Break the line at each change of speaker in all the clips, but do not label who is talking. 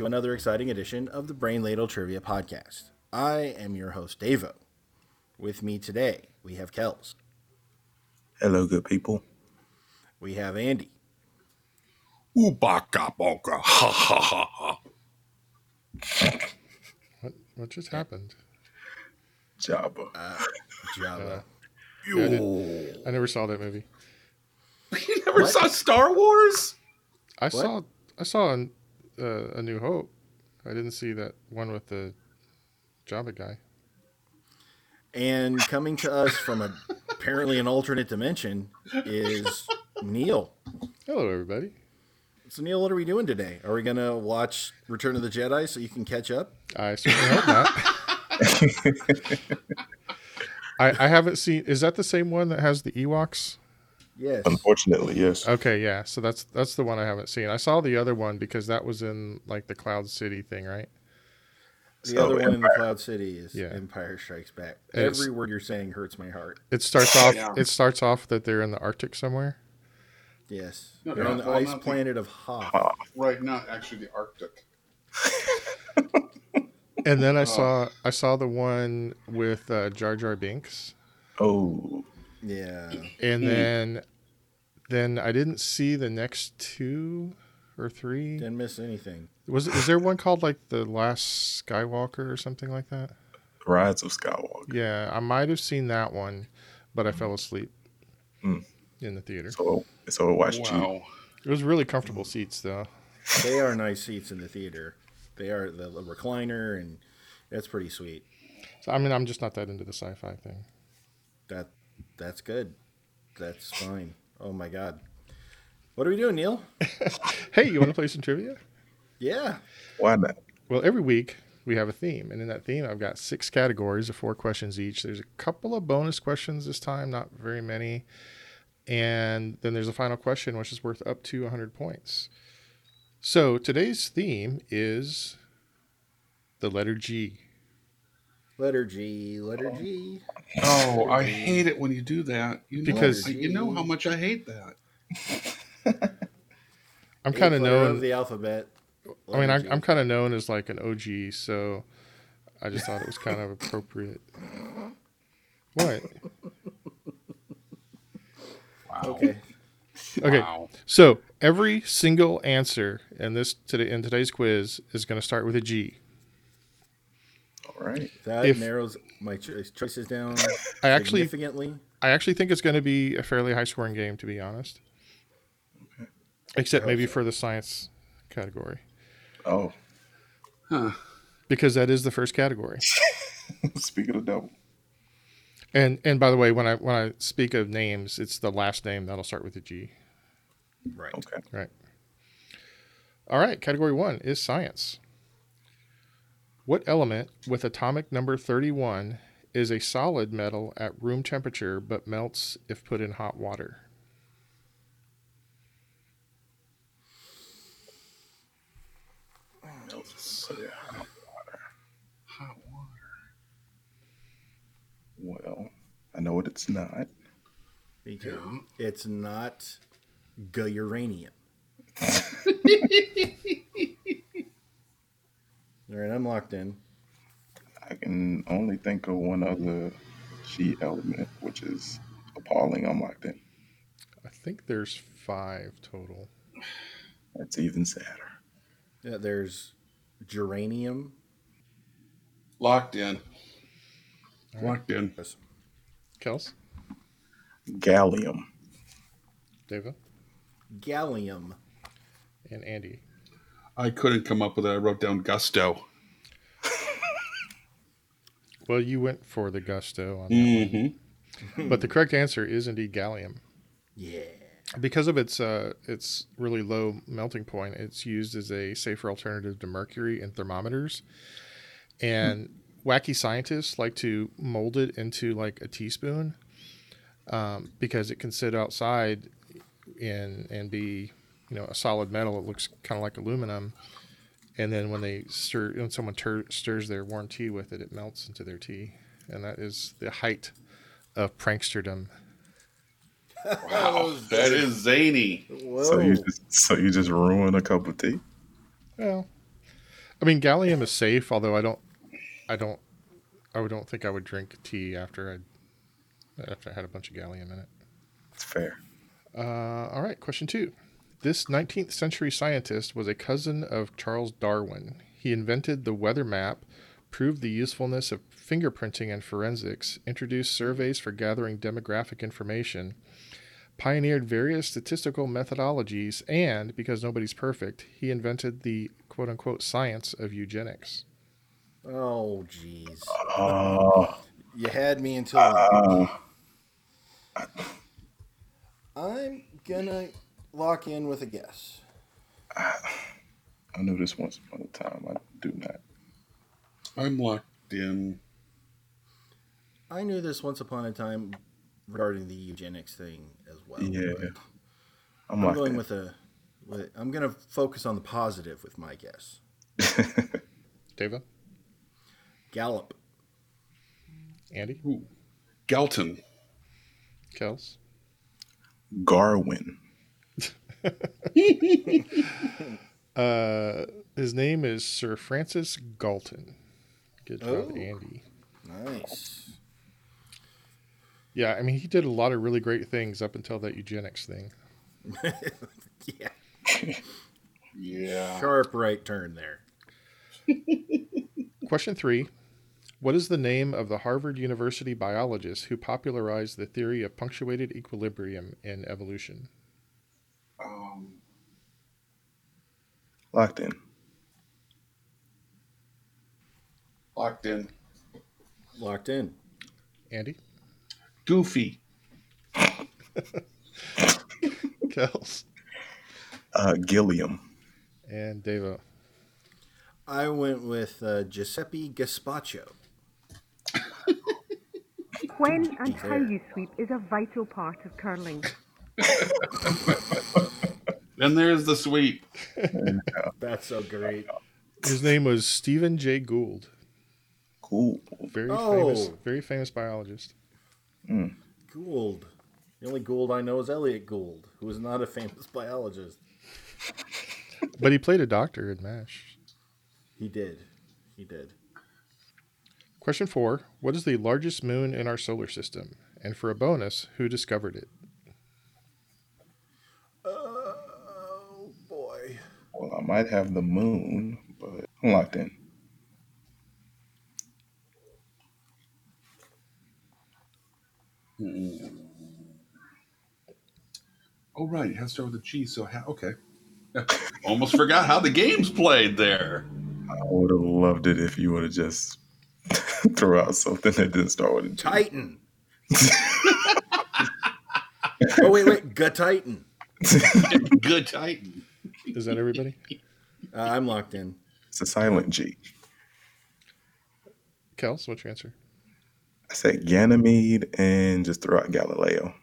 another exciting edition of the Brain Ladle Trivia Podcast. I am your host, Davo. With me today, we have Kels,
Hello, good people.
we have Andy,
Oobaka boka, ha ha ha ha.
What what just happened?
Jabba.
Java.
Yeah, I, did- I never saw that movie.
You never
What?
saw Star Wars?
I saw I saw an, uh, a New Hope. I didn't see that one with the Java guy.
And coming to us from a, apparently an alternate dimension is Neil.
Hello, everybody.
So, Neil, what are we doing today? Are we going to watch Return of the Jedi so you can catch up?
I certainly hope not. I, I haven't seen. Is that the same one that has the Ewoks?
Yes.
Unfortunately, yes.
Uh,
Okay, yeah. So that's that's the one I haven't seen. I saw the other one because that was in like the Cloud City thing, right?
The
So,
other one in the
Empire-
Cloud City is
Yeah.
Empire Strikes Back.
It's-
Every word you're saying hurts my heart.
It starts off.
Yeah.
It starts off that they're in the Arctic somewhere.
Yes.
No,
They're
no,
on the
well,
ice
not the-
planet of Hoth.
Right, not actually the Arctic.
And then I saw I saw the one with uh, Jar Jar Binks,
Oh,
Yeah.
and then then I didn't see the next two or three.
Didn't miss anything.
Was was there one called like the Last Skywalker or something like that?
Rise of Skywalker.
Yeah, I might have seen that one, but I fell asleep
Mm.
in the theater.
So, so I watched you.
Wow.
It was really comfortable seats though.
They are nice seats in the theater. They are the recliner, and that's pretty sweet.
So, I mean, I'm just not that into the sci-fi thing.
That that's good. That's fine. Oh my god. What are we doing, Neil?
Hey, you want to play some trivia?
Yeah.
Why not?
Well, every week we have a theme, and in that theme, I've got six categories of four questions each. There's a couple of bonus questions this time, not very many. And then there's a final question, which is worth up to 100 points. So today's theme is the letter G.
Letter G. Letter G.
Oh, I hate it when you do that. You know,
Because-
I- you know how much I hate that.
I'm kind of
Eighth letter
known.
of the alphabet.
I mean,
Letter
I'm, I'm
G.
kind of known as like an OG, so I just thought it was kind of appropriate. What?
okay.
Okay.
Wow.
So every single answer in this today in today's quiz is going to start with a G.
All right.
That
If-
narrows my cho- choices down
I actually,
significantly.
I actually think it's going to be a fairly high scoring game, to be honest. Except maybe for the science category,
Oh,
because that is the first category.
speaking of double.
And and by the way, when I when I speak of names, it's the last name that'll start with a G.
Right.
Okay.
Right. All right, category one is science. What element with atomic number 31 is a solid metal at room temperature but melts if put in hot water?
Hot Oh, water.
Well, I know what it's not.
Me too. It's not g- uranium. All right, I'm locked in.
I can only think of one other G element, which is appalling. I'm locked in.
I think there's five total.
That's even sadder.
Yeah, there's geranium.
Locked in. Locked in.
Kels,
Gallium.
Deva,
Gallium.
and Andy.
I couldn't come up with it. I wrote down gusto.
Well, you went for the gusto on that,
hmm
but the correct answer is indeed gallium.
Yeah.
Because of its uh, its really low melting point, it's used as a safer alternative to mercury in thermometers. And wacky scientists like to mold it into like a teaspoon um, because it can sit outside in and be you know a solid metal. It looks kind of like aluminum. And then when they stir, when someone tur- stirs their warm tea with it, it melts into their tea, and that is the height of pranksterdom.
Wow. that is zany.
Whoa.
So you just so you just ruin a cup of tea.
Well, I mean, gallium is safe, although I don't, I don't, I would- don't think I would drink tea after I, after I had a bunch of gallium in it.
Fair.
Uh, all right, question two. This 19th century scientist was a cousin of Charles Darwin. He invented the weather map, proved the usefulness of fingerprinting and forensics, introduced surveys for gathering demographic information, pioneered various statistical methodologies, and, because nobody's perfect, he invented the quote unquote science of eugenics.
Oh, jeez.
Oh,
You had me until.
uh,
I'm gonna lock in with a guess.
I knew this once upon a time. I do not.
I'm locked in.
I knew this once upon a time regarding the eugenics thing as well.
Yeah.
but
I'm,
I'm
locked
going
in.
with a. With, I'm gonna focus on the positive with my guess.
Dava,
Gallup.
Andy,
Ooh. Galton.
Kels,
Garwin.
Uh, his name is Sir Francis Galton. Good job,
Oh.
Andy.
Nice.
Yeah, I mean, he did a lot of really great things up until that eugenics thing.
Yeah.
Yeah.
Sharp right turn there.
Question three What is the name of the Harvard University biologist who popularized the theory of punctuated equilibrium in evolution?
Um,
Locked in.
locked in.
Locked in.
Andy?
Goofy.
Kels?
Uh, Gilliam.
And Devo.
I went with uh, Giuseppe Gaspacho.
When and
Fair.
how you sweep is a vital part of curling.
Then there's the sweep.
That's so great.
His name was Stephen Jay Gould.
Cool.
Very
Oh.
famous, very famous biologist.
Gould. The only Gould I know is Elliot Gould, who is not a famous biologist.
But he played a doctor in MASH.
He did. He did.
Question four What is the largest moon in our solar system? And for a bonus, who discovered it?
Oh boy.
Well, I might have the moon, but I'm locked in.
Oh, right. It has to start with a G, so ha- okay. Almost forgot how the game's played there.
I would have loved it if you would have just threw out something that didn't start with a G.
Titan. oh wait, wait. Gut Titan.
Good Titan.
Is that everybody?
Uh, I'm locked in.
It's a silent G.
Kels, what's your answer?
I said Ganymede and just threw out Galileo.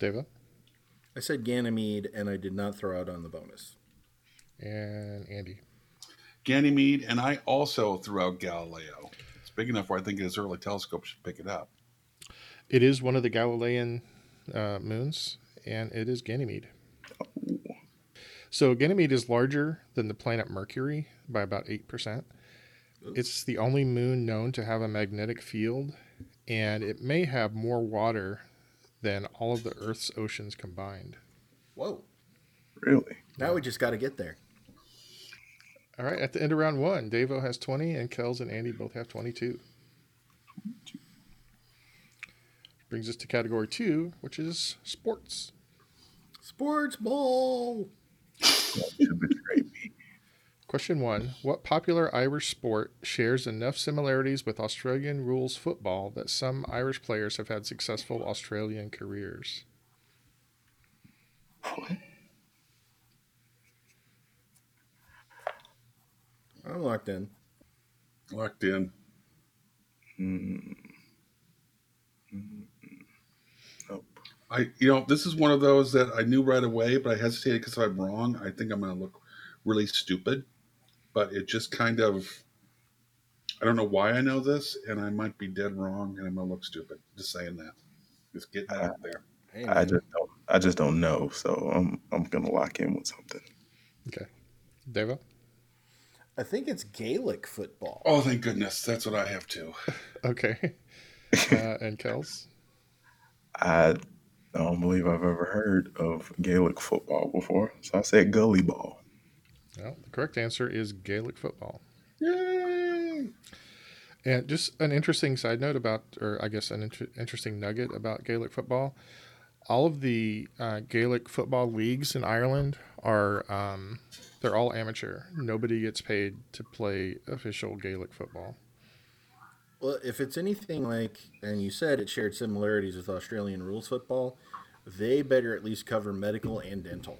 Deva
I said Ganymede, and I did not throw out on the bonus.
and Andy.
Ganymede, and I also threw out Galileo. It's big enough where I think his early telescope should pick it up.
It is one of the Galilean uh, moons, and it is Ganymede. So Ganymede is larger than the planet Mercury by about 8%. It's the only moon known to have a magnetic field, and it may have more water than all of the Earth's oceans combined.
Whoa.
Really?
Now we just got to get there.
All right, at the end of round one, Davo has 20, and Kells and Andy both have 22. Brings us to category two, which is sports.
Sports ball.
To betray me.
Question one What popular Irish sport shares enough similarities with Australian rules football that some Irish players have had successful Australian careers?
I'm locked in.
Locked in.
Mm-hmm. Nope.
I, you know, this is one of those that I knew right away, but I hesitated because if I'm wrong, I think I'm going to look really stupid. But it just kind of, I don't know why I know this, and I might be dead wrong, and I'm going to look stupid. Just saying that. Just getting
Uh,
that out there.
Hey,
I
man.
just don't. I just don't know. So I'm I'm gonna lock in with something.
Deva?
I think it's Gaelic football.
Oh, thank goodness. That's what I have too.
Okay. Uh, and Kels?
I don't believe I've ever heard of Gaelic football before, so I said gully ball.
Well, the correct answer is Gaelic football.
Yay!
And just an interesting side note about, or I guess an inter- interesting nugget about Gaelic football. All of the uh, Gaelic football leagues in Ireland are, um, they're all amateur. Nobody gets paid to play official Gaelic football.
Well, if it's anything like, and you said it shared similarities with Australian rules football, they better at least cover medical and dental.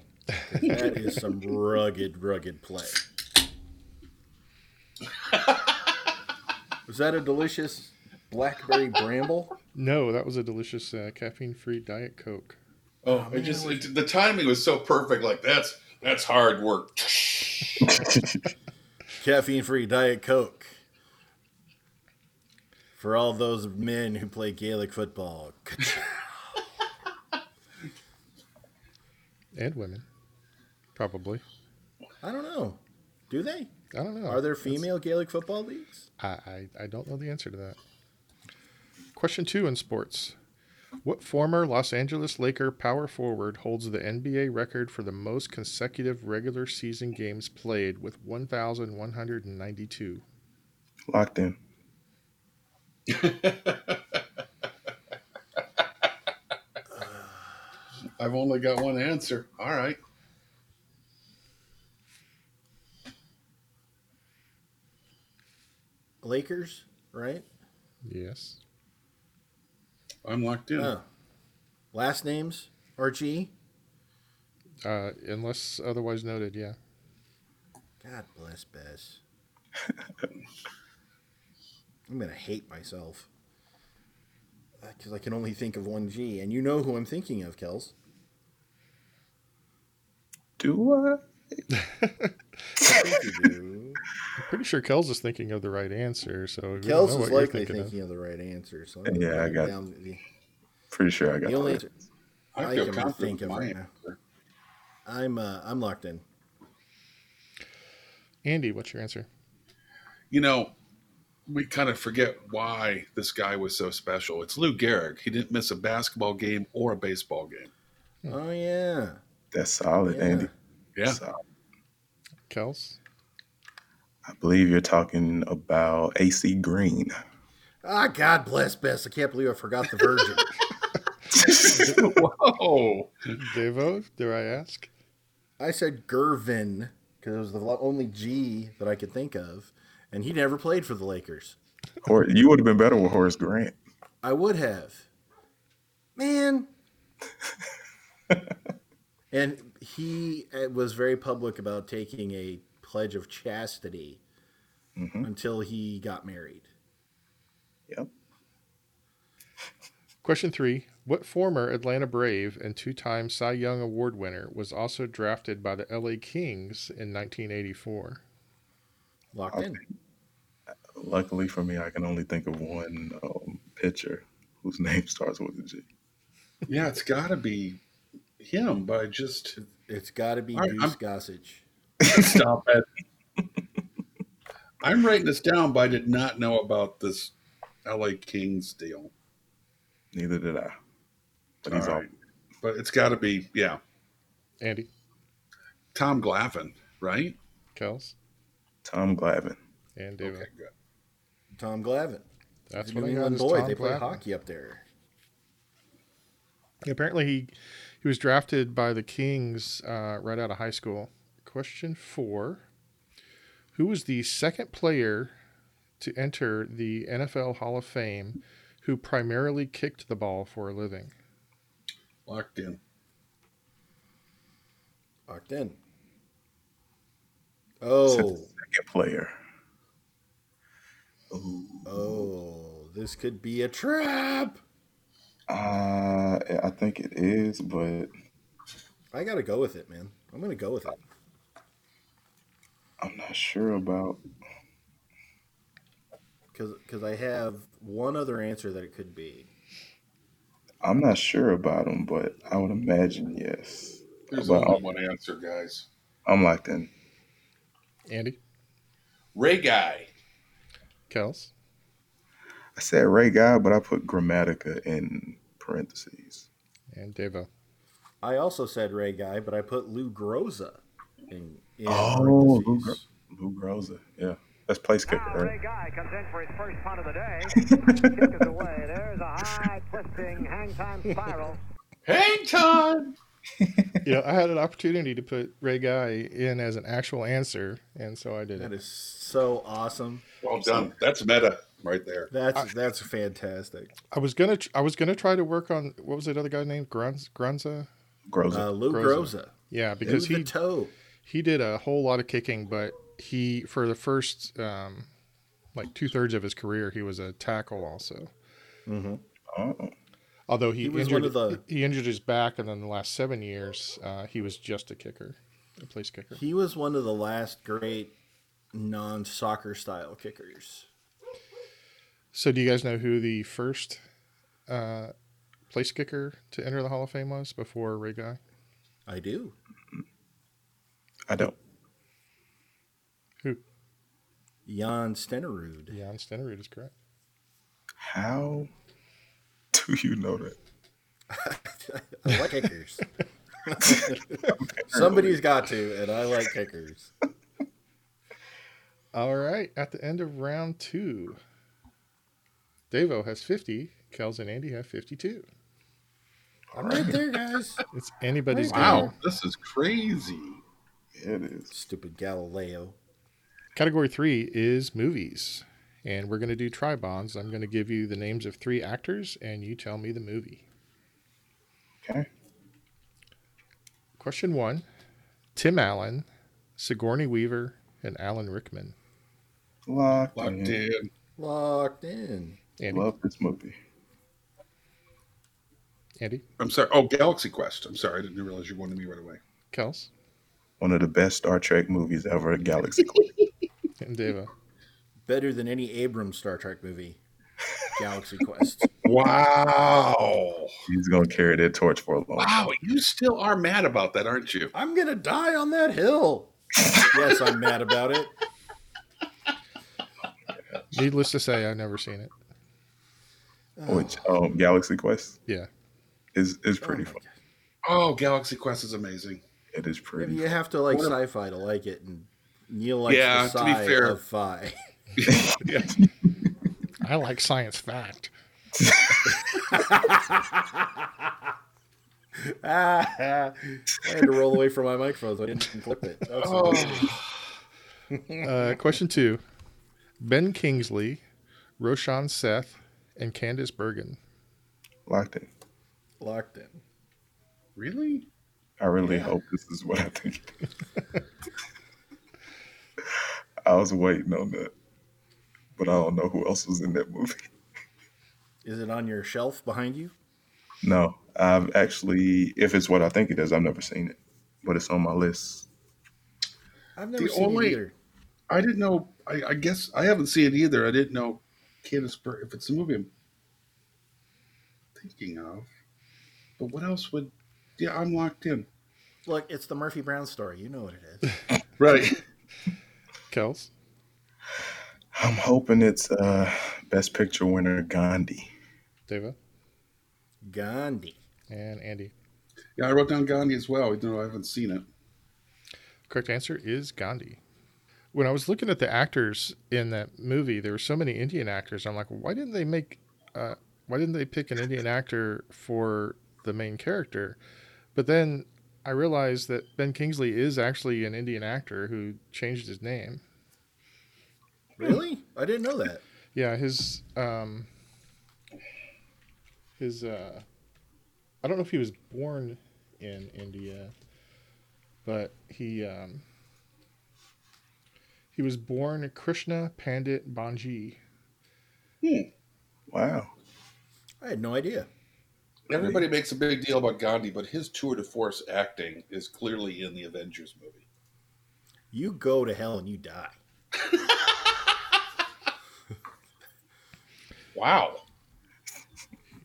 'Cause that is some rugged, rugged play. Was that a delicious blackberry bramble?
No, that was a delicious uh, caffeine-free Diet Coke.
Oh, it just it, the timing was so perfect. Like that's that's hard work.
Caffeine free Diet Coke. For all those men who play Gaelic football.
And women, probably.
I don't know. Do they?
I don't know.
Are there
Oh, That's-
female Gaelic football leagues?
I, I, I don't know the answer to that. Question two in sports. What former Los Angeles Laker power forward holds the NBA record for the most consecutive regular season games played with 1,192?
Locked in.
I've only got one answer. All right.
Lakers, right?
Yes.
I'm locked
Hmm.
in.
Oh. Last names RG.
Uh, unless otherwise noted, yeah.
God bless Bess. I'm gonna hate myself because I can only think of one G, and you know who I'm thinking of, Kels. I
Do
think you do.
I'm pretty sure Kels is thinking of the right answer, so we don't know
Kels
what
is
you're
likely
thinking of.
thinking of. the right answer. So I'm gonna
Yeah,
write
I
it
got-
down. the,
I? Pretty sure I got
the only
that.
answer
I
I
feel
cannot
confident
think
with
of
my
right now.
answer.
I'm uh, I'm locked in.
Andy, what's your answer?
You know, we kind of forget why this guy was so special. It's Lou Gehrig. He didn't miss a basketball game or a baseball game. Hmm.
Oh yeah,
That's solid,
Yeah.
Andy.
Yeah.
Solid.
Kels?
I believe you're talking about AC Green.
ah God bless Bess. I can't believe I forgot the Virgin.
Whoa.
Devo, dare I ask?
I said Gervin because it was the lo- only G that I could think of, and he never played for the Lakers.
Hor- you would have been better with Horace Grant.
I would have. Man. and he uh, was very public about taking a pledge of chastity
Mm-hmm.
Mhm.
until he got married.
Yep.
Question three What former Atlanta Brave and two time Cy Young Award winner was also drafted by the LA Kings in 1984?
Locked in.
Luckily for me, I can only think of one um, pitcher whose name starts with a G.
Yeah, it's got to be him by just.
It's got to be
All right,
Goose Gossage.
Stop it. I'm writing this down, but I did not know about this LA Kings deal.
Neither did I. But he's
All
all
right. But it's got to be, yeah,
Andy,
Tom Glavine, right?
Kels,
Tom Glavin.
and David.
Okay, good.
Tom Glavin.
That's
New
what I got.
England
is
boy.
Tom
They play
Glavine.
hockey up there.
Apparently, he, he was drafted by the Kings uh, right out of high school. Question four Who was the second player to enter the NFL Hall of Fame who primarily kicked the ball for a living?
Locked in.
Locked in. Oh,
Second player. Ooh.
oh, this could be a trap.
Uh, I think it is, but
I got to go with it, man. I'm going to go with it.
I'm not sure about.
because I have one other answer that it could be.
I'm not sure about him, but I would imagine yes.
There's
Well-
only one answer, guys.
I'm locked in.
Andy,
Ray Guy.
Kels.
I said Ray Guy, but I put Grammatica in parentheses.
And Devo.
I also said Ray Guy, but I put Lou Groza in, in
Oh, Lou
parentheses.
Gro- Lou Groza. Yeah. That's place kicker,
Now, Ray
right?
Guy comes in for his first punt of the day. Kick is away. There's a high twisting hang time spiral.
Hang time.
Yeah, I had an opportunity to put Ray Guy in as an actual answer, and so I did
That
it.
is so awesome.
Well done. That's meta right there.
That's that's fantastic.
I was gonna tr- I was gonna try to work on what was that other guy named Grunz, Grunza?
Uh,
Groza.
Lou
Groza.
Groza,
Yeah,
because
because he
the toe.
he did a whole lot of kicking, but he for the first um, like two thirds of his career he was a tackle also.
Oh.
Although he,
He was
injured
one of the-
he injured his back, and then the last seven years uh, he was just a kicker, a place kicker.
He was one of the last great non-soccer style kickers.
So do you guys know who the first uh, place kicker to enter the Hall of Fame was before Ray Guy?
I do.
I don't.
Who?
Jan Stenerud.
Jan Stenerud is correct.
How do you know that?
I like kickers. Somebody's got to, and I like kickers.
All right, at the end of round two, Devo has fifty. Kels and Andy have fifty-two.
I'm right there, guys.
It's anybody's game.
Wow, this is crazy.
It is.
Stupid Galileo.
Category three is movies, and we're going to do tri bonds. I'm going to give you the names of three actors, and you tell me the movie.
Okay.
Question one Tim Allen, Sigourney Weaver, and Alan Rickman.
Locked,
Locked
in.
in.
Locked in.
Andy?
Love this movie.
Andy?
I'm sorry. Oh, Galaxy Quest. I'm sorry. I didn't realize you wanted me right away.
Kels?
One of the best Star Trek movies ever, Galaxy Quest.
And Deva.
Better than any Abrams Star Trek movie. Galaxy Quest.
Wow.
He's going to carry that torch for a long time.
Wow. You still are mad about that, aren't you?
I'm gonna die on that hill. yes, I'm mad about it.
Needless to say, I've never seen it.
Which, um, Galaxy Quest
Yeah.
is, is
Oh
pretty
my
fun.
God.
Oh, Galaxy Quest is amazing.
It is
Maybe
pretty
You have to like sci-fi to like it, and Neil likes
Yeah,
the
to be
sci
fair.
of fi.
I like science fact.
I had to roll away from my microphone so I didn't clip it. That's amazing.
Uh, question two Ben Kingsley, Roshan Seth, and Candace Bergen.
locked in.
Locked in.
Really?
I really hope this is what I think. it is. I was waiting on that, but I don't know who else was in that movie.
Is it on your shelf behind you?
No, I've actually, if it's what I think it is, I've never seen it, but it's on my list.
I've never
The
seen
only-
it either.
I didn't know. I, I guess I haven't seen it either. I didn't know Candace Bur- if it's the movie I'm thinking of. But what else would? Yeah, I'm locked in.
Look, it's the Murphy Brown story. You know what it is.
Right.
Kels?
I'm hoping it's uh, Best Picture winner Gandhi.
Deva?
Gandhi.
And Andy.
Yeah, I wrote down Gandhi as well. Even though I haven't seen it.
Correct answer is Gandhi. When I was looking at the actors in that movie, there were so many Indian actors. I'm like, why didn't they make, uh, why didn't they pick an Indian actor for the main character? But then I realized that Ben Kingsley is actually an Indian actor who changed his name.
Really? I didn't know that.
Yeah, his, um, his, uh, I don't know if he was born in India, but he, um, He was born Krishna Pandit Banji.
Wow.
I had no idea.
Everybody makes a big deal about Gandhi, but his tour de force acting is clearly in the Avengers movie.
You go to hell and you die.
Wow.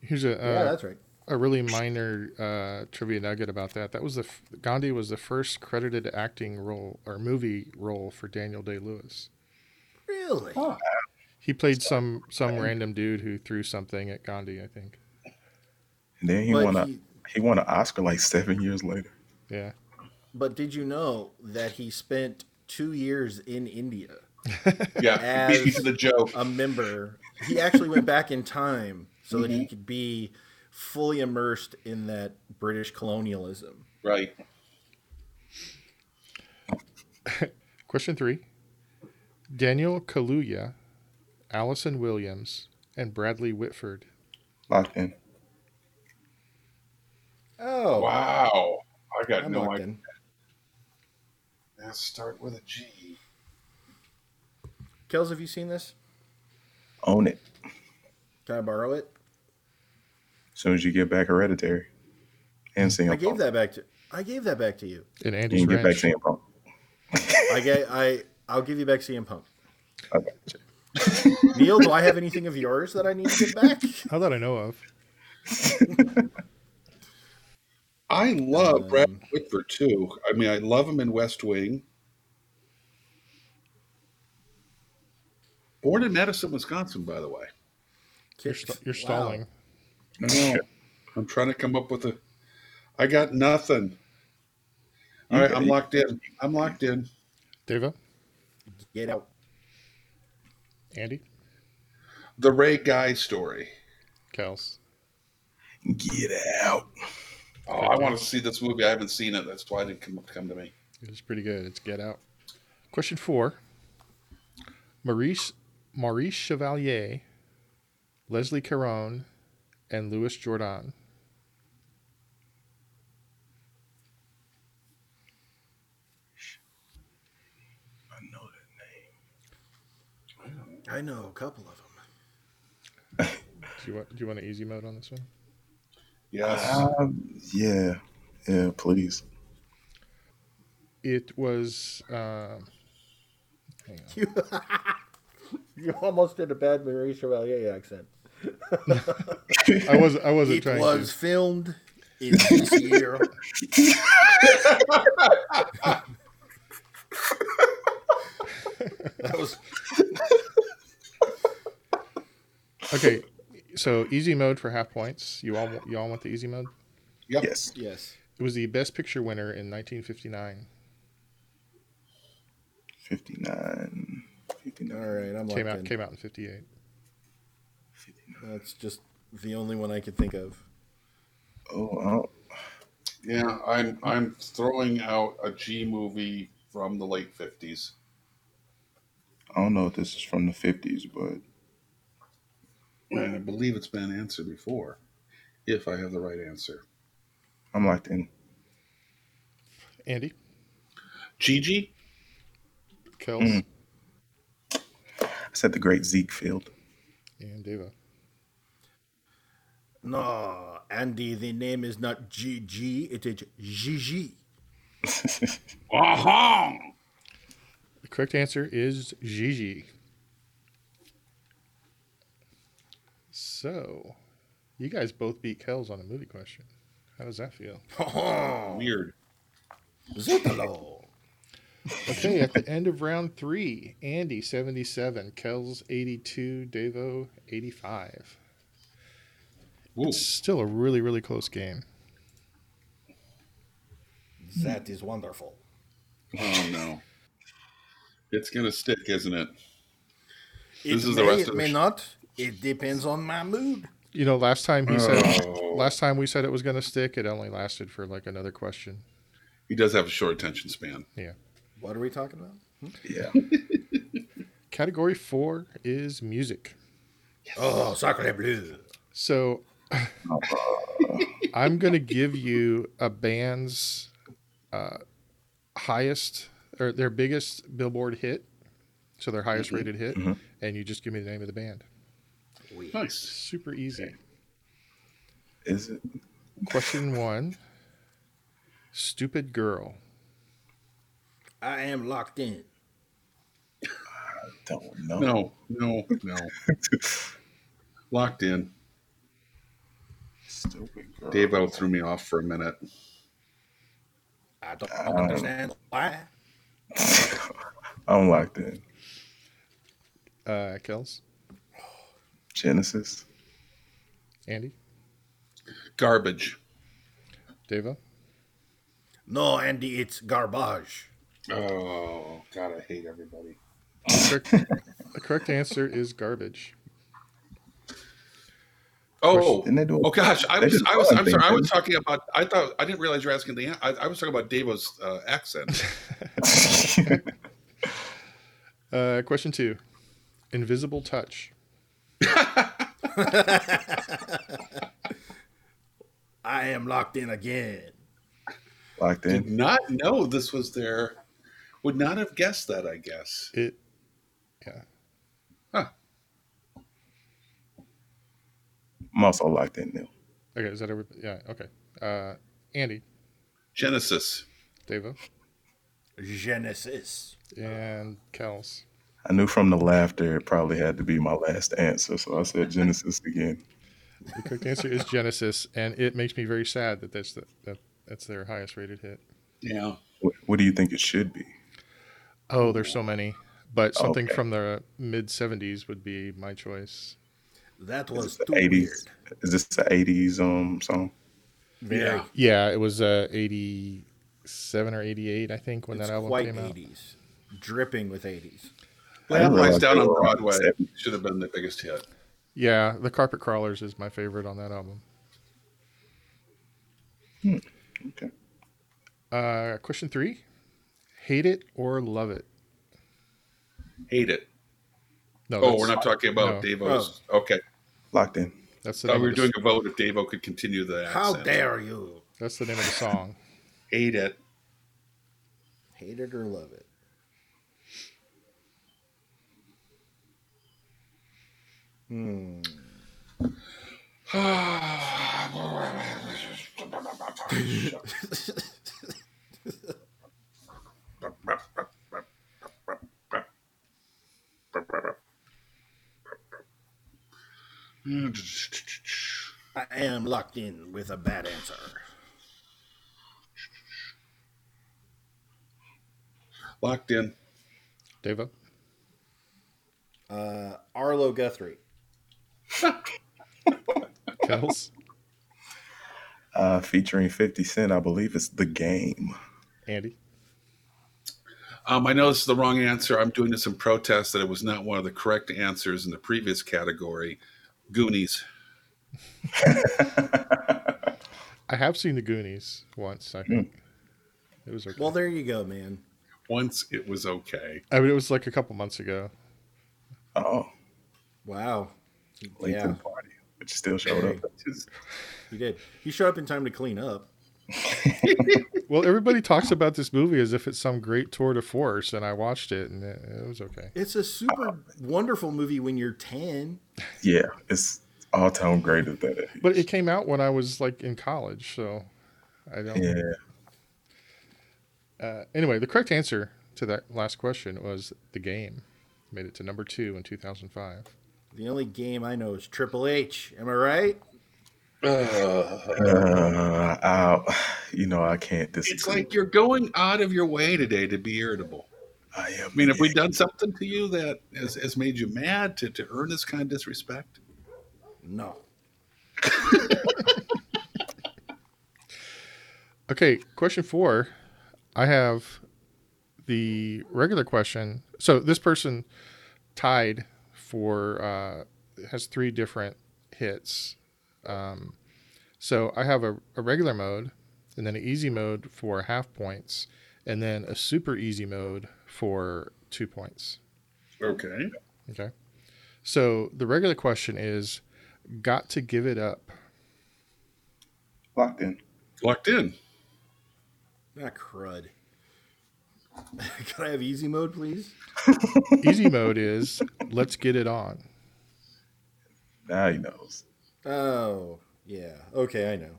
Here's a
yeah,
uh,
that's right.
a really minor uh, trivia nugget about that. That was the f- Gandhi was the first credited acting role or movie role for Daniel Day Lewis.
Really?
Huh.
He played some some random dude who threw something at Gandhi, I think.
And then he
But
won a
he-
he won an Oscar like seven years later.
Yeah.
But did you know that he spent two years in India
Yeah, beat me
As-
to the joke.
a member. He actually went back in time so that he could be fully immersed in that British colonialism.
Right.
Question three. Daniel Kaluuya, Allison Williams, and Bradley Whitford.
Locked in.
Oh,
Wow. I got
I'm
no
locked
idea.
in.
Now start with a G.
Kels, have you seen this?
Own it.
Can I borrow it?
As soon as you get back hereditary. And
I
Singapore.
gave that back to. I gave that back to you.
And
You
Andy's
can get back
Ranch.
Singapore.
I get. I. I'll give you back CM Punk.
Okay.
Neil, do I have anything of yours that I need to get back?
How that I know of.
I love Brad
Um,
Whitford too. I mean, I love him in West Wing. Born in Madison, Wisconsin, by the way.
You're, st- you're stalling.
No, I'm trying to come up with a. I got nothing. All right, I'm locked in. I'm locked in.
Deva,
Get out.
Andy,
The Ray Guy story.
Kels.
Get out.
Oh, I want to see this movie. I haven't seen it. That's why it didn't come, come to me.
It's pretty good. It's Get Out. Question four. Maurice Maurice Chevalier, Leslie Caron, and Louis Jordan.
I know that
I know a couple of them.
Do you want do you want an easy mode on this one?
Yes.
name. Um, yeah. Yeah, please.
It was um hang on.
You, you almost did a bad Marie Chevalier accent.
I was I wasn't
It
trying
was filmed in this year. that was
to. Okay. So easy mode for half points. You all you all want the easy mode?
Yep.
Yes.
yes.
It was the best picture winner in 1959.
59. 59.
All right, I'm
Came
locked
out
in.
came out in 58.
59.
That's just the only one I could think of.
Oh, I don't-
Yeah, I'm I'm throwing out a G movie from the late fifties.
I don't know if this is from the 50s, but
And I believe it's been answered before, if I have the right answer.
I'm locked in.
Andy,
Gigi?
Kels,
Mm. I said the great Zeke Field.
and Deva.
No, Andy, the name is not GG, it is Gigi.
Aha!
The correct answer is Gigi. So, you guys both beat Kells on a movie question. How does that feel?
Weird.
Zutalo.
Okay, at the end of round three, Andy 77, Kells 82, Devo 85.
Ooh.
It's still a really, really close game.
That is wonderful.
Oh, no. It's going to stick, isn't it?
It
This is
may,
the rest
it
of
may
the sh-
not. It depends on my mood.
You know, last time he said,
Oh.
last time we said it was going to stick, it only lasted for like another question.
He does have a short attention span.
What are we talking about?
Yeah.
Category four is music.
Oh, sacre bleu.
So I'm going to give you a band's uh, highest or their biggest Billboard hit. So their highest rated hit.
Mhm.
And you just give me the name of the band.
We
Nice.
Super easy.
Is it?
Question one Stupid Girl.
I am locked in.
Don't know.
No, no, no. Locked in.
Stupid girl.
Dave O threw me off for a minute.
I don't
Um,
understand why.
I'm locked in.
Uh, Kels,
Genesis.
Andy,
Garbage.
Deva,
No, Andy, it's garbage.
Oh God, I hate everybody.
correct, the correct answer is garbage.
Oh,
Didn't they do? a-
oh gosh, I
they
was,
did
I was,
one
I'm
thing,
sorry, I
didn't
was talking about. I thought I didn't realize you're asking the. I, I was talking about Davo's uh, accent.
Uh, question two, invisible touch.
I am locked in again.
they? Locked
Did
in.
not know this was their. Would not have guessed that. I guess.
It, yeah,
I'm also locked in now.
okay. Is that every? Yeah, okay. Uh, Andy,
Genesis.
Deva,
Genesis.
and Kels.
I knew from the laughter it probably had to be my last answer, so I said Genesis again.
The correct answer is Genesis, and it makes me very sad that that's the, that that's their highest rated hit.
Yeah.
What, what do you think it should be?
Oh, there's so many, but something
Okay.
from the mid '70s would be my choice.
That was
The
too
80s.
weird.
Is this the 80s um song?
Very.
Yeah, it was uh, '87 or '88, I think, when
It's
that album
quite
came out.
80s. Dripping with 80s.
didn't
Lights
realize
down
they
on
were on
Broadway
the 70s.
should have been the biggest hit.
Yeah, the Carpet Crawlers is my favorite on that album.
Okay.
Uh, question three: Hate it or love it?
Hate it.
No,
Oh,
that's-
we're not talking about
no.
Davo's. Okay.
Locked in.
That's the
Thought
name
we
of
were
the-
doing a vote if Davo could continue the accent.
How dare you?
That's the name of the song.
Hate it.
Hate it or love it. Hmm.
Mm.
I am locked in with a bad answer.
Locked in.
Deva,
Uh, Arlo Guthrie.
Kels,
Uh, featuring 50 Cent, I believe it's The Game.
Andy,
Um, I know this is the wrong answer. I'm doing this in protest that it was not one of the correct answers in the previous category. Goonies.
I have seen the Goonies once.
Hmm.
I think it was. Okay.
Well, there you go, man.
Once it was okay.
I mean, it was like a couple months ago.
Oh,
Wow.
late to
Yeah,
the party, but you still showed up. Just-
you did. You showed up in time to clean up.
Well, everybody talks about this movie as if it's some great tour de force, and I watched it, and it, it was okay.
It's a super wonderful movie when you're 10.
yeah, it's all time great at that. age.
But it came out when I was like in college, so I don't.
yeah,
Uh, anyway, the correct answer to that last question was the game. Made it to number two in 2005.
The only game I know is Triple H. Am I right?
uh, I, you know, I can't disagree.
It's like you're going out of your way today to be irritable.
I, am
I mean, have we
yeah.
done something to you that has, has made you mad to, to earn this kind of disrespect?
No.
Okay, question four. I have the regular question. So this person tied for uh, has three different hits. Um, so I have a, a regular mode, and then an easy mode for half points, and then a super easy mode for two points.
Okay.
Okay. So the regular question is, got to give it up.
locked in.
Locked in.
Ah, crud. Can I have easy mode, please?
Easy mode is let's get it on.
Now he knows.
Oh, yeah. Okay, I know.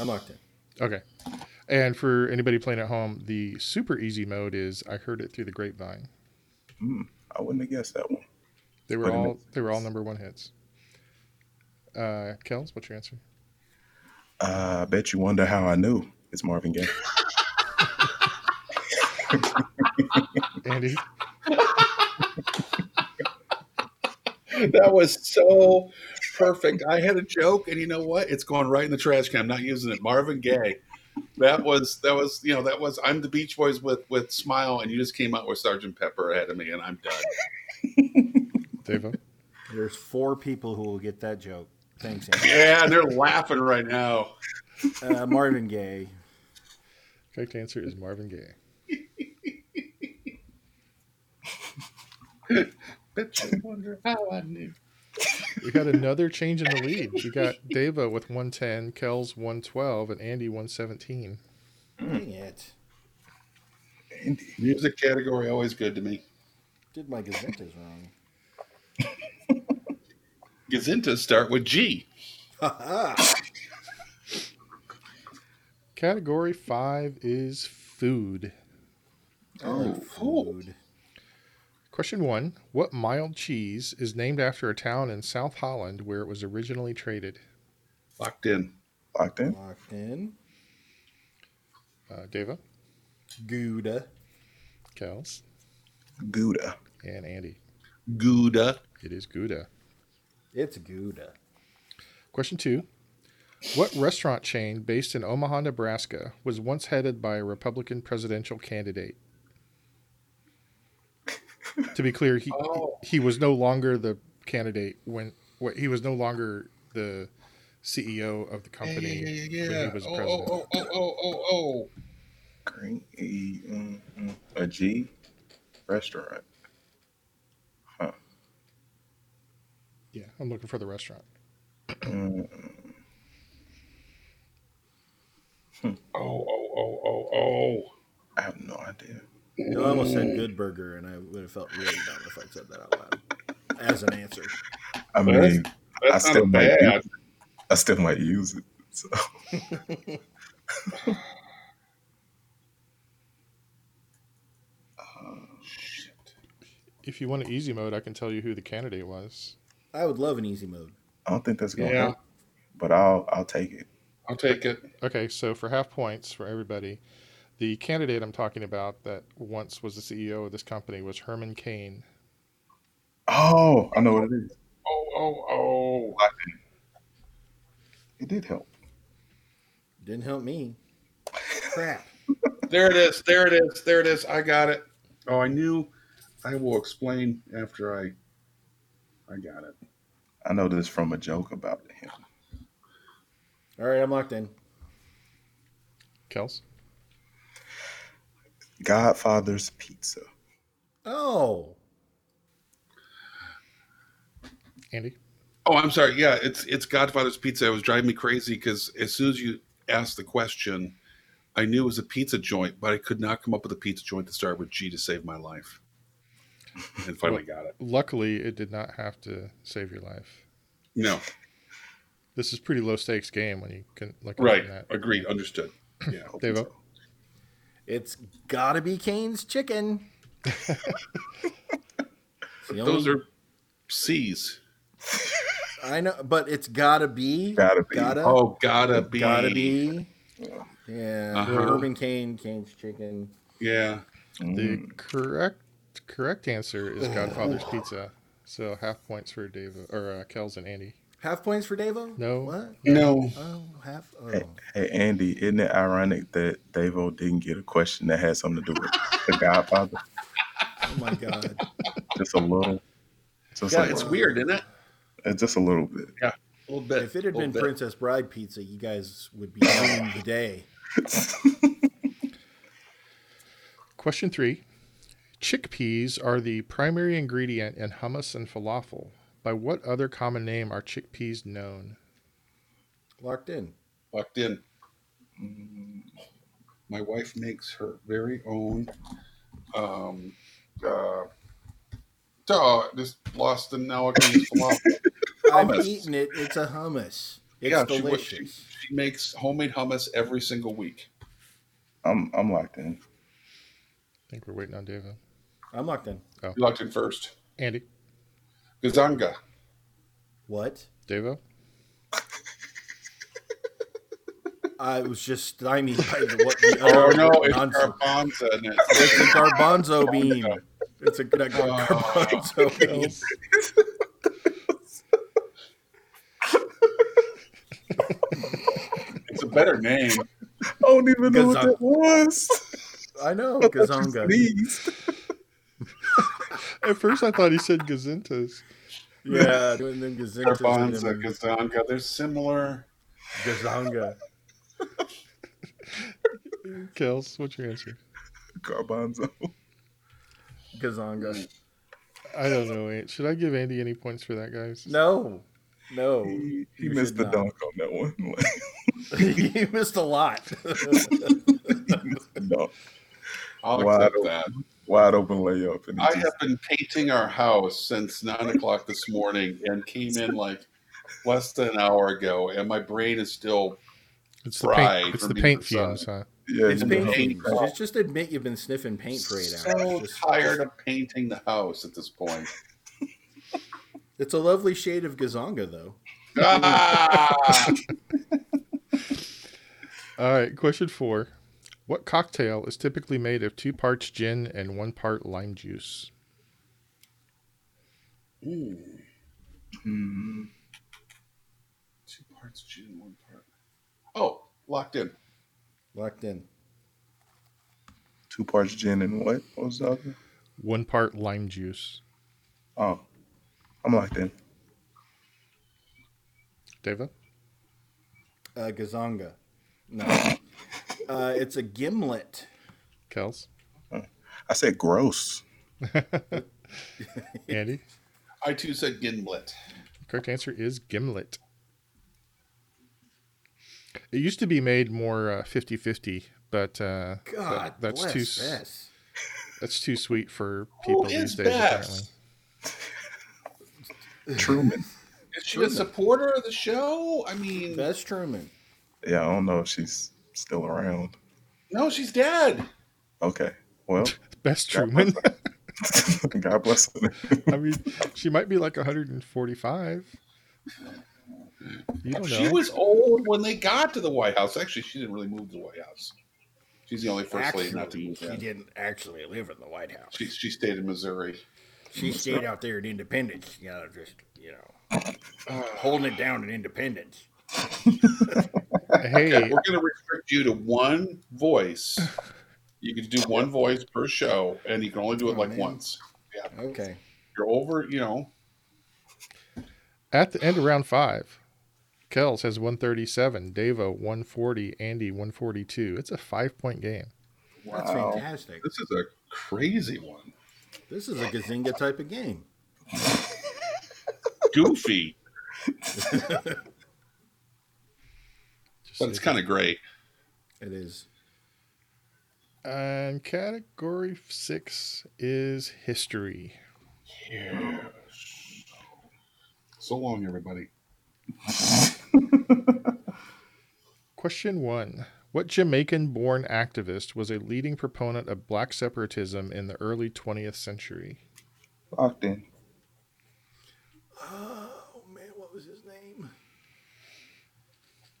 I'm locked in.
Okay. And for anybody playing at home, the super easy mode is I heard it through the grapevine.
I wouldn't have guessed that one.
They were
Wait a
all
minute.
they were all number one hits. Uh, Kels, what's your answer?
Uh, I bet you wonder how I knew. It's Marvin Gaye.
Andy,
that was so perfect. I had a joke, and you know what? It's going right in the trash can. I'm not using it. Marvin Gaye. That was that was you know that was I'm the Beach Boys with with Smile, and you just came out with Sergeant Pepper ahead of me, and I'm done.
Dave.
There's four people who will get that joke. Thanks, Andy.
Yeah, and they're laughing right now.
Uh, Marvin Gaye.
Correct answer is Marvin Gaye.
Bitch, I wonder how I knew.
We got another change in the lead. We got Deva with 110, Kells 112, and Andy 117.
Dang it.
Andy.
Music category always good to me.
Did my gazetas wrong.
Gazintas start with G.
Category five is food.
Oh, food.
Question one What mild cheese is named after a town in South Holland where it was originally traded?
Locked in.
Locked in.
Locked in.
Uh, Deva,
Gouda.
Kells,
Gouda.
and Andy.
Gouda.
It is Gouda.
It's Gouda.
Question two What restaurant chain based in Omaha, Nebraska was once headed by a Republican presidential candidate? to be clear, he,
Oh.
he was no longer the candidate when what he was no longer the CEO of the company when he was
Oh,
president.
oh, oh, oh, oh, oh.
Green E mm, mm, a G restaurant.
Yeah, I'm looking for the restaurant.
Oh, oh, oh, oh, oh.
I have no idea.
You know, I almost said Good Burger, and I would have felt really dumb if I said that out loud as an answer.
I
Well, that's-
mean, I
That's not
still
a
might.
bad.
Use, I still might use it. So
If you want an easy mode, I can tell you who the candidate was.
I would love an easy mode.
I don't think that's gonna
Yeah.
help. But I'll I'll take it.
I'll take it.
Okay, so for half points for everybody, the candidate I'm talking about that once was the CEO of this company was Herman Cain.
Oh, I know what it is.
Oh, oh, oh.
It did help.
Didn't help me. Crap.
There it is. There it is. There it is. I got it. Oh, I knew. I will explain after I. I got it.
I know this from a joke about him.
All right, I'm locked in.
Kels?
Godfather's Pizza.
Oh,
Andy?
Oh, I'm sorry. Yeah, it's it's Godfather's Pizza. It was driving me crazy because as soon as you asked the question, I knew it was a pizza joint, but I could not come up with a pizza joint to start with G to save my life. And finally got it.
Luckily, it did not have to save your life.
No,
This is pretty low stakes game when you can look at
right.
that.
Agreed. Understood. Yeah.
Devo,
it's gotta be Kane's chicken. It's the
Those
only-
are C's.
I know, but it's gotta be.
Gotta be.
Gotta,
Oh, gotta be.
gotta be. Yeah,
Uh-huh.
Urban Kane, Kane's chicken.
Yeah.
the correct correct answer is Godfather's Pizza. So half points for Dave or uh, Kels and Andy.
Half points for Devo?
No.
What?
No.
Oh, half. Oh.
Hey, hey, Andy, isn't it ironic that Devo didn't get a question that had something to do with the Godfather?
oh my God.
Just a little. Just
Yeah,
a
it's
little,
weird, isn't it?
it's Just a little bit.
A little bit.
If it had
Little
been
bit.
Princess Bride pizza, you guys would be winning the day.
Question three Chickpeas are the primary ingredient in hummus and falafel. By what other common name are chickpeas known?
Locked in.
locked in. My wife makes her very own. Um, uh, oh, just lost and now I can use falafel.
I've
Hummus.
eaten it. It's a hummus. It's
yeah, she, wa- she,
delicious.
she makes homemade hummus every single week.
I'm I'm locked in.
I think we're waiting on David.
I'm locked in.
You locked in first.
Andy,
Gazanga.
What?
Devo,
I was just stymied by the, what the
Oh no, it's Oh,
nonsense.
garbanzo. and
It's a
it's- Oh,
garbanzo bean. It's a, gar- garbanzo bean.
better name.
I don't even know what
Kazan-
that was.
I know
I thought you
Kazanga.
sneezed.
At first, I thought he said Gazintas.
Yeah, doing them Gazintas and
Garbanzo,
them
Gazanga, they're similar.
Gazanga.
Kels, what's your answer?
Garbanzo.
Gazanga.
I don't know. Ant. Should I give Andy any points for that, guys?
No. No.
He, he
You should
missed the
not.
dunk on that one. Like,
you missed a lot.
he missed the dunk.
I'll
Wow.
accept that.
Wide open layup. And he
I
just-
have been painting our house since nine o'clock this morning and came in like less than an hour ago, and my brain is still
It's the paint.
Fried
It's
for
the
me
paint
to decide.
fumes, huh?
yeah,
it's
you
paint
know,
fumes. Just, just admit you've been sniffing paint for eight hours.
so
Just-
tired of painting the house at this point.
It's a lovely shade of Gazanga, though.
Ah!
All right. Question four: What cocktail is typically made of two parts gin and one part lime juice?
Ooh,
mm,
two parts gin, one part. Oh, locked in.
Locked in.
two parts gin and what? What was the other?
One part lime juice.
Oh, I'm locked in.
David.
Uh, Gazanga. No. Uh, it's a gimlet.
Kels.
I said gross.
Andy.
I too said gimlet.
Correct answer is gimlet. It used to be made more uh, 50-50, but uh, that-
God,
that's
bless
too s-
this.
that's too sweet for people
is
these days.
best?
Truman.
Is she a supporter of the show? I mean,
Bess Truman.
yeah, I don't know if she's still around.
no, she's dead.
Okay. Well,
Apparently. Best Truman.
God bless her.
I mean, she might be like 145. You don't know.
She was old when they got to the White House. Actually, she didn't really move to the White House. She's the only first lady not to
Actually,
move.
she
in.
didn't actually live in the White House.
She, she stayed in Missouri.
She stayed out there in Independence, you know, just, you know,
Uh,
holding it down in Independence.
hey,
Okay, we're going to restrict you to one voice. You can do one voice per show, and you can only do it
Oh,
like
man.
once.
Okay.
You're over, you know.
at the end of round five, Kels has 137, Davo 140, Andy 142. It's a five point game.
That's
Wow.
fantastic.
This is a crazy one.
This is a Gazinga type of game.
Goofy,
Just
but it's
so-
kind of great.
It is.
And category six is history.
So long, everybody.
Question one What Jamaican born activist was a leading proponent of black separatism in the early 20th century?
Locked in.
Oh, man, what was his name?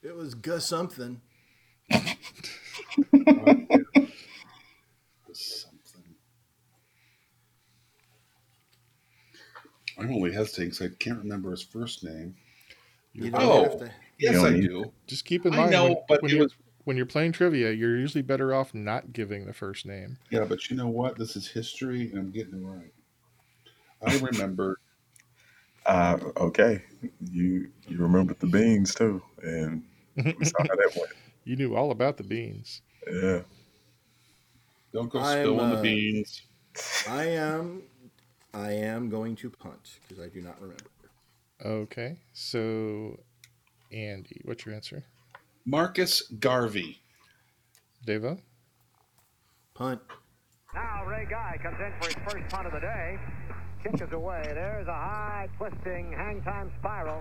It was Gus something.
Something. I'm only hesitating because I can't remember his first name.
You don't
Oh.
have to.
Yes,
don't
I
need
do.
Just keep in
I
mind,
know,
when,
but
when
it
you're,
was-
when you're playing trivia, you're usually better off not giving the first name.
Yeah, but you know what? This is history, and I'm getting it right. I remember.
Uh, okay. You you remembered the beans too, and we saw how that went.
You knew all about the beans.
Yeah.
Don't go
I'm,
spilling
uh,
the beans.
I am. I am going to punt because I do not remember.
Okay, so Andy, what's your answer?
Marcus Garvey.
Deva?
Punt.
Now Ray Guy comes in for his first punt of the day. Kick is away. There's a high twisting hang time spiral.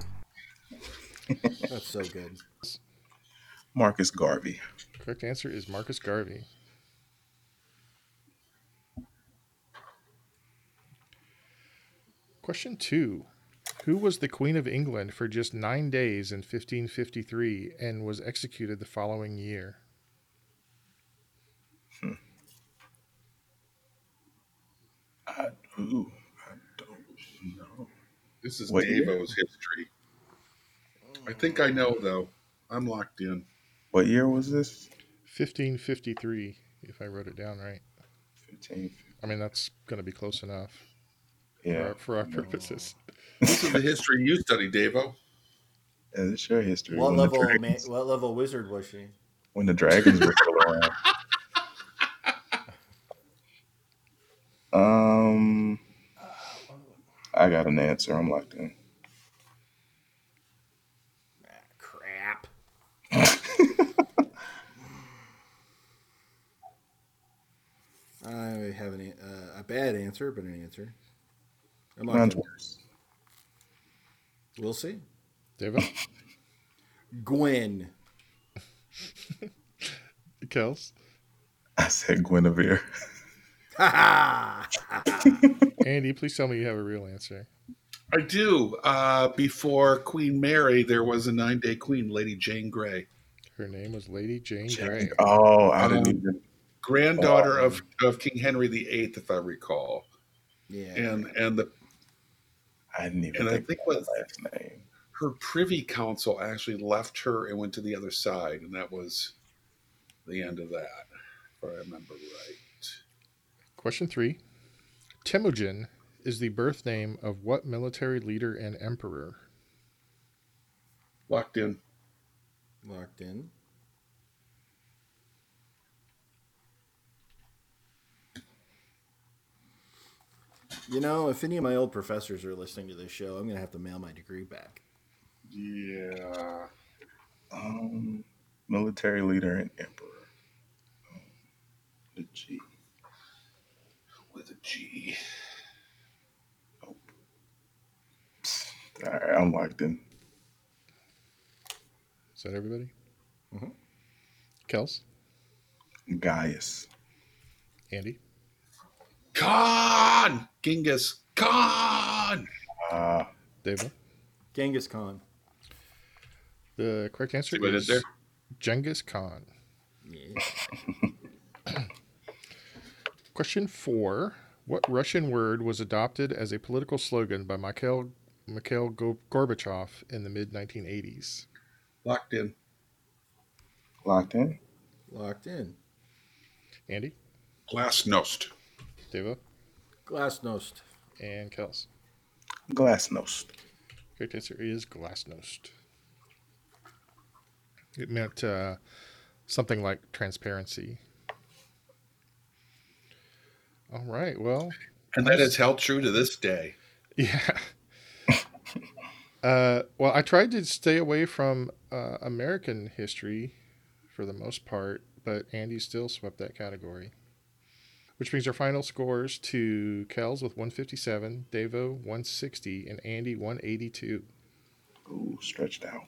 That's so good.
Marcus Garvey.
Correct answer is Marcus Garvey. Question two Who was the Queen of England for just nine days in 1553 and was executed the following year?
I, ooh, I don't know.
This is
What year?
Davo's history. I think I know though. I'm locked in.
What year was this?
1553, if I wrote it down right.
15.
I mean, that's going to be close enough for,
Yeah,
our, for our purposes.
This is the history you study, Davo.
and it's your history.
What
when,
level?
the
Man,
dragons,
what level wizard was she?
when the dragons were still around. Um, I got an answer. I'm locked in.
Ah, crap. I have an, a- uh, a bad answer, but an answer. I'm not
Mine's
gonna-
worse.
we'll see.
David?
Gwen.
Kels?
I said Guinevere.
Ha
Andy, please tell me you have a real answer.
I do. Uh, before Queen Mary, there was a nine day queen, Lady Jane Grey,
Her name was Lady Jane uh, Grey.
Oh, I
Um,
didn't even.
granddaughter of, of King Henry VIII, if I recall.
Yeah.
And and the,
I didn't even
and I
think,
think
of
what
the last name.
her privy council actually left her and went to the other side, and that was the end of that, if I remember right.
Question three Temujin is the birth name of what military leader and emperor?
Locked in.
Locked in. You know, if any of my old professors are listening to this show, I'm going to have to mail my degree back.
Yeah.
Um, military leader and emperor. The G.
With a G.
All right, I'm locked in.
Is that everybody? Mm-hmm.
Mhm.
Kels?
Gaius.
Andy?
Khan! Genghis Khan!
Ah,
David?
Genghis Khan.
The correct answer
See what I did
is
there?
Genghis Khan.
Yeah.
Question four: What Russian word was adopted as a political slogan by Mikhail Mikhail Go- Gorbachev in the mid 1980s?
Locked in.
locked in.
Locked in.
Andy,
Glasnost.
Deva,
Glasnost.
and Kels.
Glasnost.
Correct answer is glasnost. It meant uh, something like transparency. All right. Well,
And that is held true to this day.
Yeah. uh, well, I tried to stay away from uh, American history for the most part, but Andy still swept that category. Which brings our final scores to Kells with 157, Davo 160, and Andy 182.
Ooh, stretched out.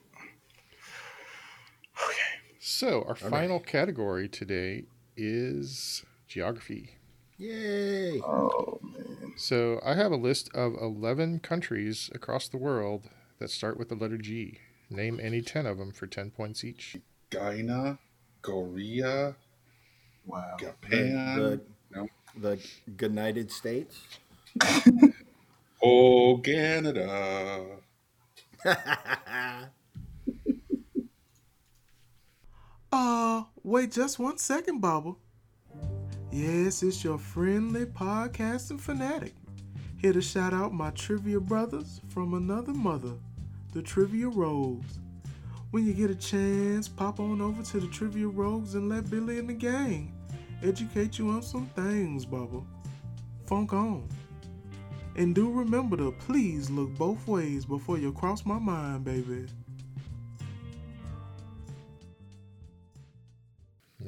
So our
right.
final category today is geography.
Yay.
Oh man.
So I have a list of 11 countries across the world that start with the letter G. Name any 10 of them for 10 points each.
Guyana, Korea,
Wow.
Japan.
the,
no.
the United States.
Oh, Canada.
Ah,
Uh, wait just one second, Bubba. Yes, it's your friendly podcasting fanatic. Here to shout out my trivia brothers from another mother, the Trivia Rogues. When you get a chance, pop on over to the Trivia Rogues and let Billy and the gang educate you on some things, Bubba. Funk on. And do remember to please look both ways before you cross my mind, baby.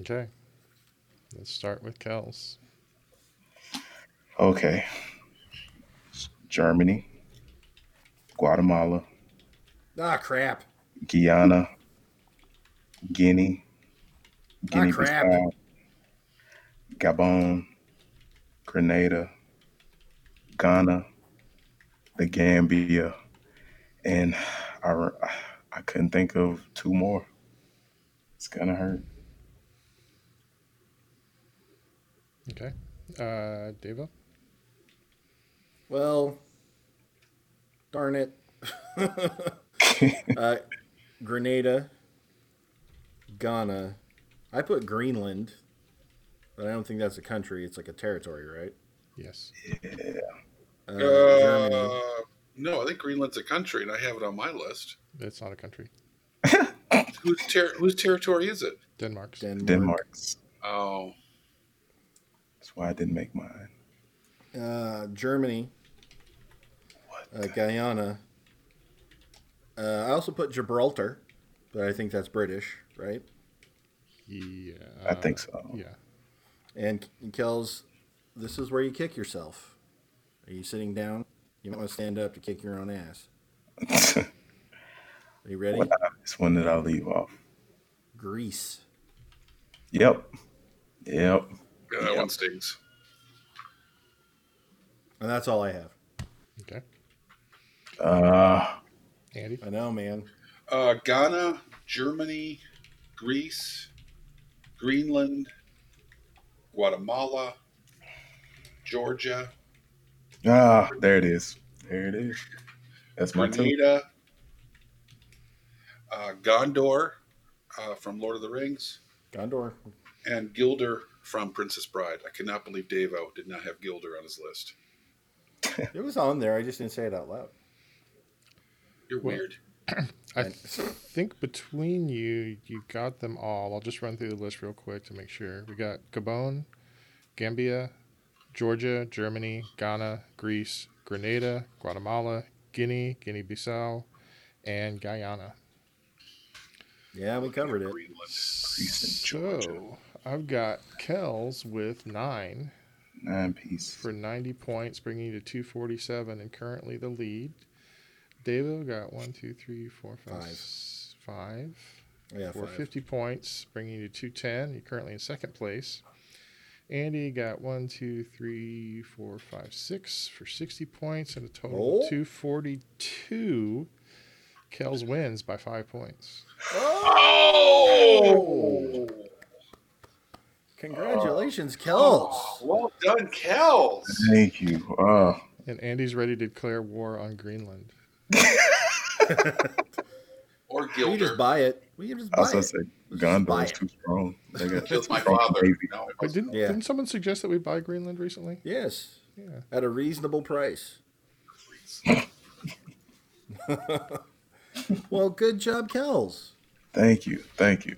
Okay. Let's start with Kels.
Okay. Germany. Guatemala.
Ah, crap.
Guyana. Guinea.
Ah,
Guinea
crap.
Bissau. Gabon. Grenada. Ghana. The Gambia. And I, re- I couldn't think of two more. It's gonna hurt.
Okay. Uh Deva?
Well, darn it. uh, Grenada, Ghana. I put Greenland, but I don't think that's a country. It's like a territory, right?
Yes.
Uh,
Uh,
Germany.
no, I think Greenland's a country, and I have it on my list.
It's not a country.
Whose, ter- whose territory is it?
Denmark's.
Denmark.
Denmark's.
Oh,
That's why I didn't make mine.
Uh, Germany.
What?
Uh, Guyana. Uh, I also put Gibraltar, but I think that's British, right?
yeah.
I think so.
Yeah.
And Kells, this is where you kick yourself. Are you sitting down? You might want to stand up to kick your own ass. Are you ready?
What- it's one that I'll leave off.
Greece.
Yep. Yep.
yeah, that one stings.
And that's all I have.
Okay.
Uh,
Andy.
I know, man.
Uh, Ghana, Germany, Greece, Greenland, Guatemala, Georgia,
ah, there it is. There it is. That's my two.
Grenada, uh, Gondor uh, from Lord of the Rings,
Gondor.
and Gilder from Princess Bride. I cannot believe Davo did not have Gilder on his list.
It was on there. I just didn't say it out loud.
You're
Well-
weird.
I think between you, you got them all. I'll just run through the list real quick to make sure. We got Gabon, Gambia, Georgia, Germany, Ghana, Greece, Grenada, Guatemala, Guinea, Guinea Bissau, and Guyana.
Yeah, we covered it.
Greenland.
Greece and Georgia.
So I've got Kells with nine
Nine piece.
for 90 points, bringing you to 247 and currently the lead. Davo got one, two, three, four, five,
Five.
s- five.
Yeah,
for
five.
50 points, bringing you to 210. You're currently in second place. Andy got one, two, three, four, five, six for 60 points and a total
Oh.
of 242. Kells wins by five points.
Oh!
Congratulations, Kells.
Well done, Kells.
Thank you. Oh,
And Andy's ready to declare war on Greenland.
Or
We can just
Gilder.
buy it. We can just
I
buy
was gonna
it.
say
Let's just
Gondor
buy
is
it.
too strong. They got
Killed my
too strong,
father.
baby.
No,
But didn't,
Oh, Yeah.
didn't someone suggest that we buy Greenland recently?
Yes.
Yeah.
At a reasonable price. well, good job, Kells.
Thank you. Thank you.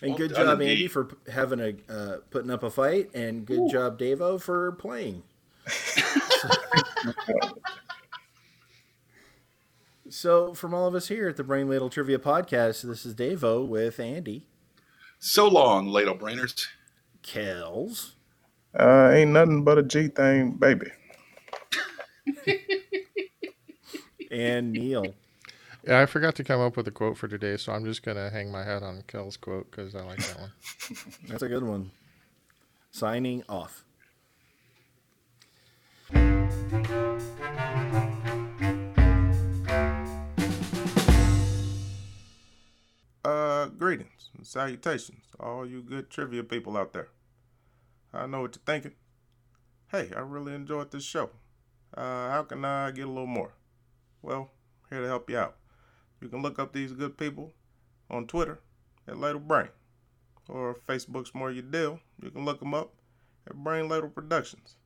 And
Well
good
done,
job, Andy,
indeed.
for p- having a uh, putting up a fight, and good job, Davo, for playing. so, from all of us here at the Brain Ladle Trivia Podcast, this is Davo with Andy
so long, Ladle Brainers.
Kells.
Uh, ain't nothing but a G thing, baby.
and Neil.
Yeah, I forgot to come up with a quote for today, so I'm just going to hang my hat on Kells' quote because I like that one.
That's a good one. Signing off.
Uh, greetings and salutations, to all you good trivia people out there. I know what you're thinking. Hey, I really enjoyed this show. Uh, how can I get a little more? Well, here to help you out. You can look up these good people on Twitter at Ladle Brain, or Facebook's More Your Deal. You can look them up at Brain Ladle Productions.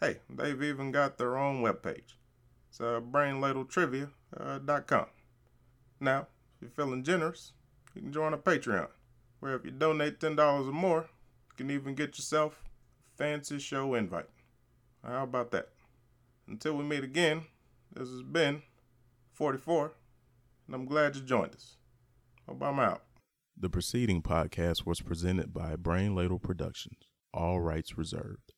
Hey, they've even got their own webpage. It's uh, brainladletrivia.com. Uh, dot com. now, if you're feeling generous, you can join a Patreon, where if you donate $10 or more, you can even get yourself a fancy show invite. How about that? Until we meet again, this has been 44, and I'm glad you joined us. Hope I'm out. The preceding podcast was presented by Brain Ladle Productions, all rights reserved.